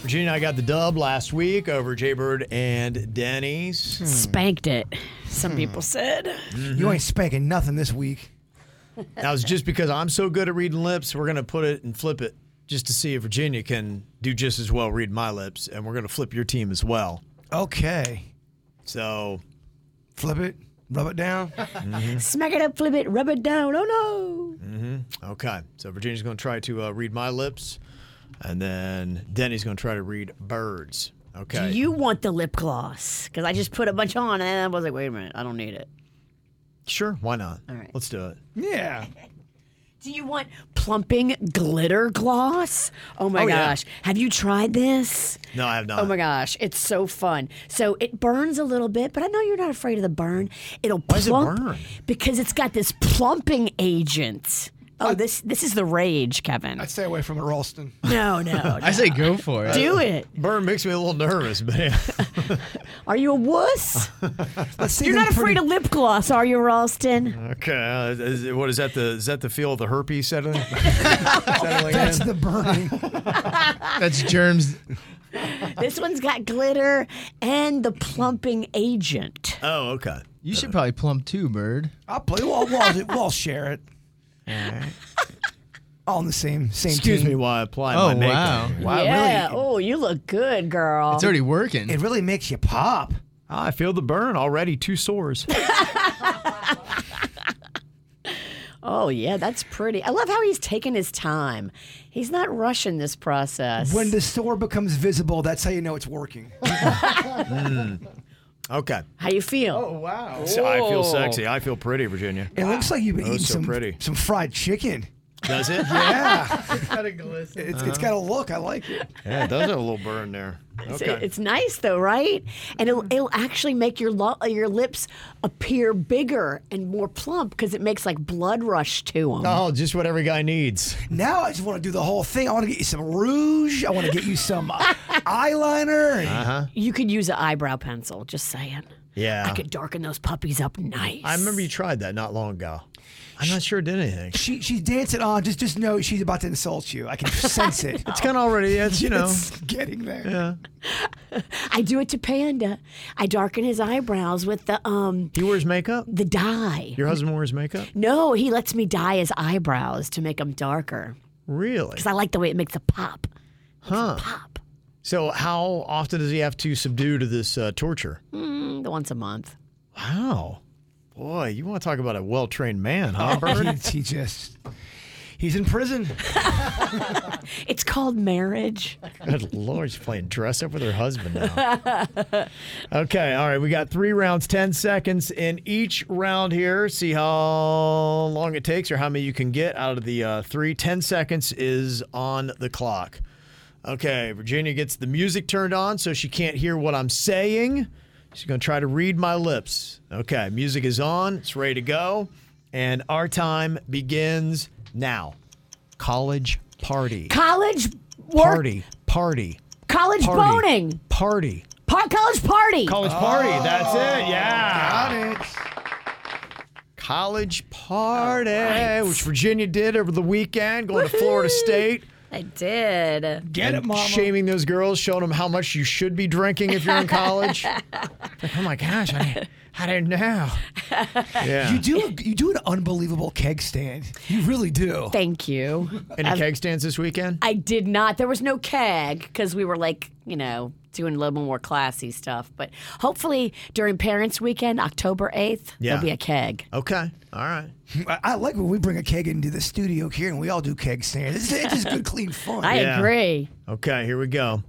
Virginia and I got the dub last week over Jaybird and Denny's. Hmm. spanked it. Hmm. Some people said. You ain't spanking nothing this week. Now, it's just because I'm so good at reading lips, we're going to put it and flip it just to see if Virginia can do just as well reading my lips, and we're going to flip your team as well. Okay. So, Flip it, rub it down. Hmm. Smack it up, flip it, rub it down. Oh no. okay. So, Virginia's going to try to uh, read my lips, and then Denny's going to try to read birds. Okay. Do you want the lip gloss? Because I just put a bunch on and I was like, wait a minute, I don't need it. sure. Why not? All right. Let's do it. Yeah. Do you want plumping glitter gloss? Oh my Oh, yeah. gosh. Have you tried this? No, I have not. Oh my gosh, it's so fun. So it burns a little bit, but I know you're not afraid of the burn. It'll Why does it plump burn? because it's got this plumping agent. Oh, this this is the rage, Kevin. I'd stay away from it, Ralston. no, no, I say go for it. do it. Bird makes me a little nervous, man. Are you a wuss? Let's see You're them not afraid pretty- of lip gloss, are you, Ralston? okay. Uh, is it- what is that? The Is that the feel of the herpes settling? settling That's in? the burning. That's germs. this one's got glitter and the plumping agent. oh, okay. You should probably plump too, bird. I'll play. We'll, we'll, we'll share it. All in the same same Excuse team. me while I apply Oh, my makeup. wow. Wow, yeah. really? Oh, you look good, girl. It's already working. It really makes you pop. I feel the burn already. Two sores. oh, yeah, that's pretty. I love how he's taking his time. He's not rushing this process. When the sore becomes visible, that's how you know it's working. okay. how you feel? wow. So I feel sexy. I feel pretty, Virginia. It looks like you've been Oh, eating so some pretty. some fried chicken. Does it? Yeah, Got a glisten. it's, it's got a look. I like it. yeah, it does have a little burn there. It's, Okay. it's nice though, right? And it'll, it'll actually make your lo- uh, your lips appear bigger and more plump because it makes like blood rush to them. Oh, just what every guy needs. Now I just want to do the whole thing. I want to get you some rouge. I want to get you some uh, eyeliner. You could use an eyebrow pencil. Just saying, Yeah. I could darken those puppies up nice. I remember you tried that not long ago. I'm not sure it did anything. She she's dancing on. Just just know she's about to insult you. I can sense it. It's kind of already. It's you know. It's getting there. I do it to Panda. I darken his eyebrows with the um He wears makeup. the dye. Your husband wears makeup. No, he lets me dye his eyebrows to make them darker Really? because I like the way it makes a pop. Huh. Pop. So how often does he have to subdue to this uh, torture? Mm, once a month. Wow. Boy, you want to talk about a well-trained man, huh, He, Bird? he just he's in prison. It's called marriage. Good lord, she's playing dress up with her husband now. okay, all right, we got three rounds, 10 seconds in each round here. See how long it takes or how many you can get out of the uh, three. 10 seconds is on the clock. Okay, Virginia gets the music turned on so she can't hear what I'm saying. She's going to try to read my lips. Okay, music is on, it's ready to go. And our time begins now. College party. College work. Party. Party. College Party. boning. Party. Par- college party. College Oh, party. That's it. Yeah. Oh, Got it. College party, which Virginia did over the weekend, going to Florida State, I did. Get it, mama. shaming those girls, showing them how much you should be drinking if you're in college. like, oh my gosh, I, I didn't know. Yeah. You do a, you do an unbelievable keg stand. You really do. Thank you. Any keg stands this weekend? I did not. There was no keg because we were like you know, doing a little more classy stuff. But hopefully during Parents Weekend, October 8th, Yeah. there'll be a keg. Okay. All right. I, I like when we bring a keg into the studio here and we all do keg stands. It's, it's just good, clean fun. I Yeah. agree. Okay, here we go.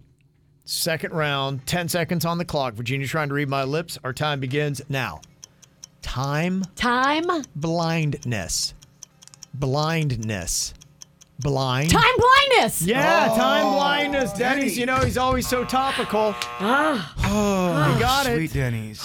Second round, 10 seconds on the clock. Virginia trying to read my lips. Our time begins now. Time Time? blindness. Blindness. Blind. Time blindness! Yeah, time Oh, blindness. Denny's, Denny. you know, he's always so topical. Ah, you got it. Oh, Sweet Denny's.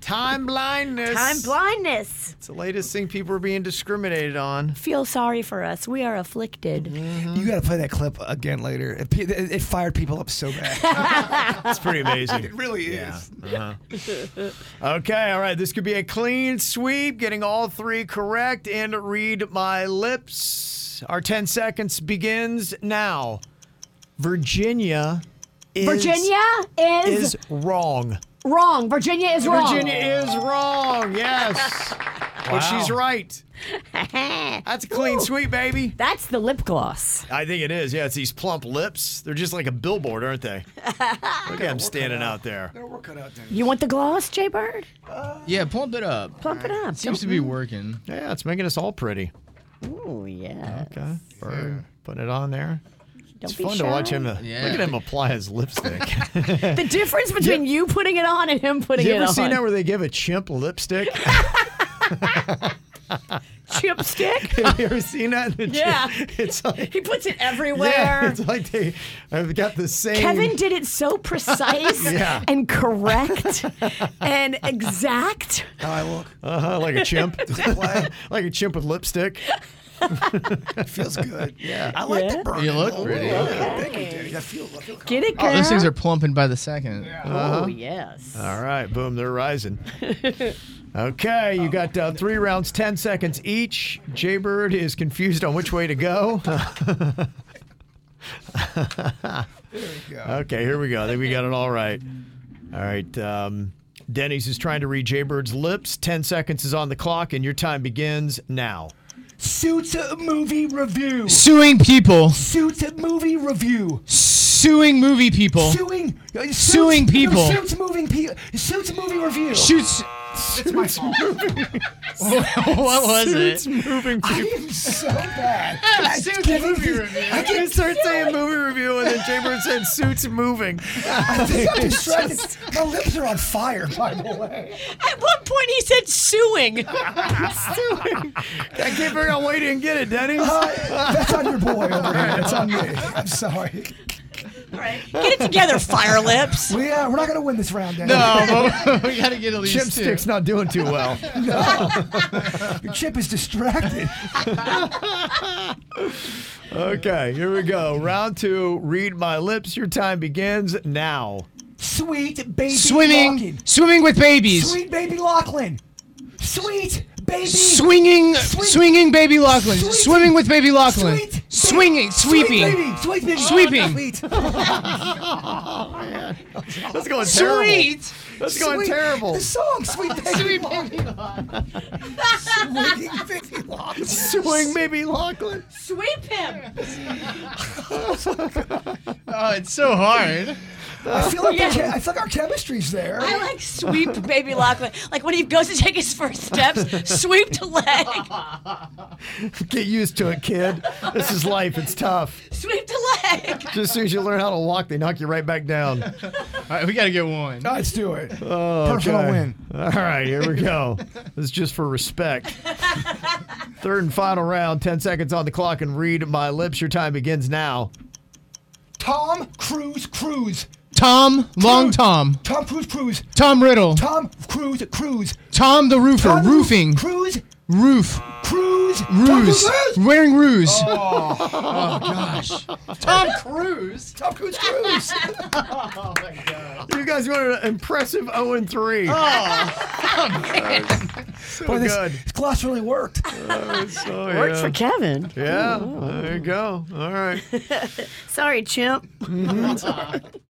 Time blindness. time blindness. It's the latest thing people are being discriminated on. Feel sorry for us. We are afflicted. You got to play that clip again later. It, pe- it it fired people up so bad. It's pretty amazing. it really is. Uh-huh. Okay, all right. This could be a clean sweep, getting all three correct and read my lips. Our 10 seconds begins now. Virginia is, Virginia is, is wrong. wrong. Virginia is wrong. Virginia is wrong, yes. But she's right. That's a clean sweep, baby. That's the lip gloss. I think it is. Yeah, it's these plump lips. They're just like a billboard, aren't they? Look at them standing out there. They're working out, Denny's. You want the gloss, Jay Bird? Yeah, plump it up. Pump it up. Seems to be working. Yeah, it's making us all pretty. Oh yeah. Okay. Bird, putting it on there. It's Don't be fun shy. to watch him. uh, Yeah. Look at him apply his lipstick. The difference between you putting it on and him putting you it ever on. seen that where they give a chimp lipstick? Chipstick? Have you ever seen that? The chimp- Yeah. It's like he puts it everywhere. yeah, it's like they. I've got the same. Kevin did it so precise Yeah. and correct and exact. How I look. Uh-huh, like a chimp. Play. like a chimp with lipstick. It feels good. Yeah. I like the burn. You look pretty. Thank you, Denny's. I feel, I feel Get it, girl. Oh, those things are plumping by the second. oh yes. All right, boom, they're rising. Okay, you got uh, three rounds, 10 seconds each. Jaybird is confused on which way to go. okay, here we go. I think we got it all right. All right, um, Denny's is trying to read Jaybird's lips. 10 seconds is on the clock, and your time begins now. Suits a movie review. Suing people. Suits a movie review. Suing movie people. Suing. uh, Suits, Oh. Suing no, people. Suits moving people. Suits movie review. Shoots. It's my fault. What was It's it? moving I people. am so bad. I Suits can't movie even- review. I I can't can't start saying movie review, and then Jaybird said suits moving. I think I'm distracted. My lips are on fire, by the way. At one point he said suing. I can't figure out why you didn't get it, Denny's. Uh, that's on your boy over here. It's on me. I'm sorry. Get it together, fire lips. We, uh, we're not going to win this round, Danny. No, but we gotta get at least two. Chipstick's not doing too well. Your chip is distracted. okay, here we go. Round two. Read my lips. Your time begins now. Sweet baby Swimming, Lachlan. swimming with babies. Sweet baby Lachlan. Sweet baby. Swinging, Sweet- swinging baby Lachlan. Sweet- Swimming with baby Lachlan. Sweet ba- Swinging, sweeping. Sweet baby. Sweet baby. Oh, Sweeping. Sweet. That's going terrible. Sweet. That's going Sweet- terrible. The song Sweet Baby Lachlan. Sweet baby Lachlan. Swing, baby Lachlan. Sweep him. Oh, it's so hard. I feel like the Yeah. che- I feel like our chemistry's there. I like sweep baby Lachlan. Like when he goes to take his first steps, sweep to leg, Get used to it, kid. This is life. It's tough. sweep to leg. Just as soon as you learn how to walk, they knock you right back down. All right, we gotta get one. Let's do it. Oh, Okay. Personal win. All right, here we go. this is just for respect. Third and final round. Ten seconds on the clock, and read my lips. Your time begins now. Tom Cruise Cruise. Tom, long Cruise. Tom. Tom Cruise Cruise. Tom Riddle. Tom Cruise Cruise. Tom the roofer. Tom Roofing. Cruise Roof. Cruise. Tom Ruse. Cruise. Cruise. Wearing ruse. Gosh. Tom Cruise. Tom Cruise Cruise. Oh, You guys wanted an impressive 0 and 3. Boy, this, good. this gloss really worked. Oh, Worked yeah. for Kevin. Yeah, there you go. All right. Sorry, chimp.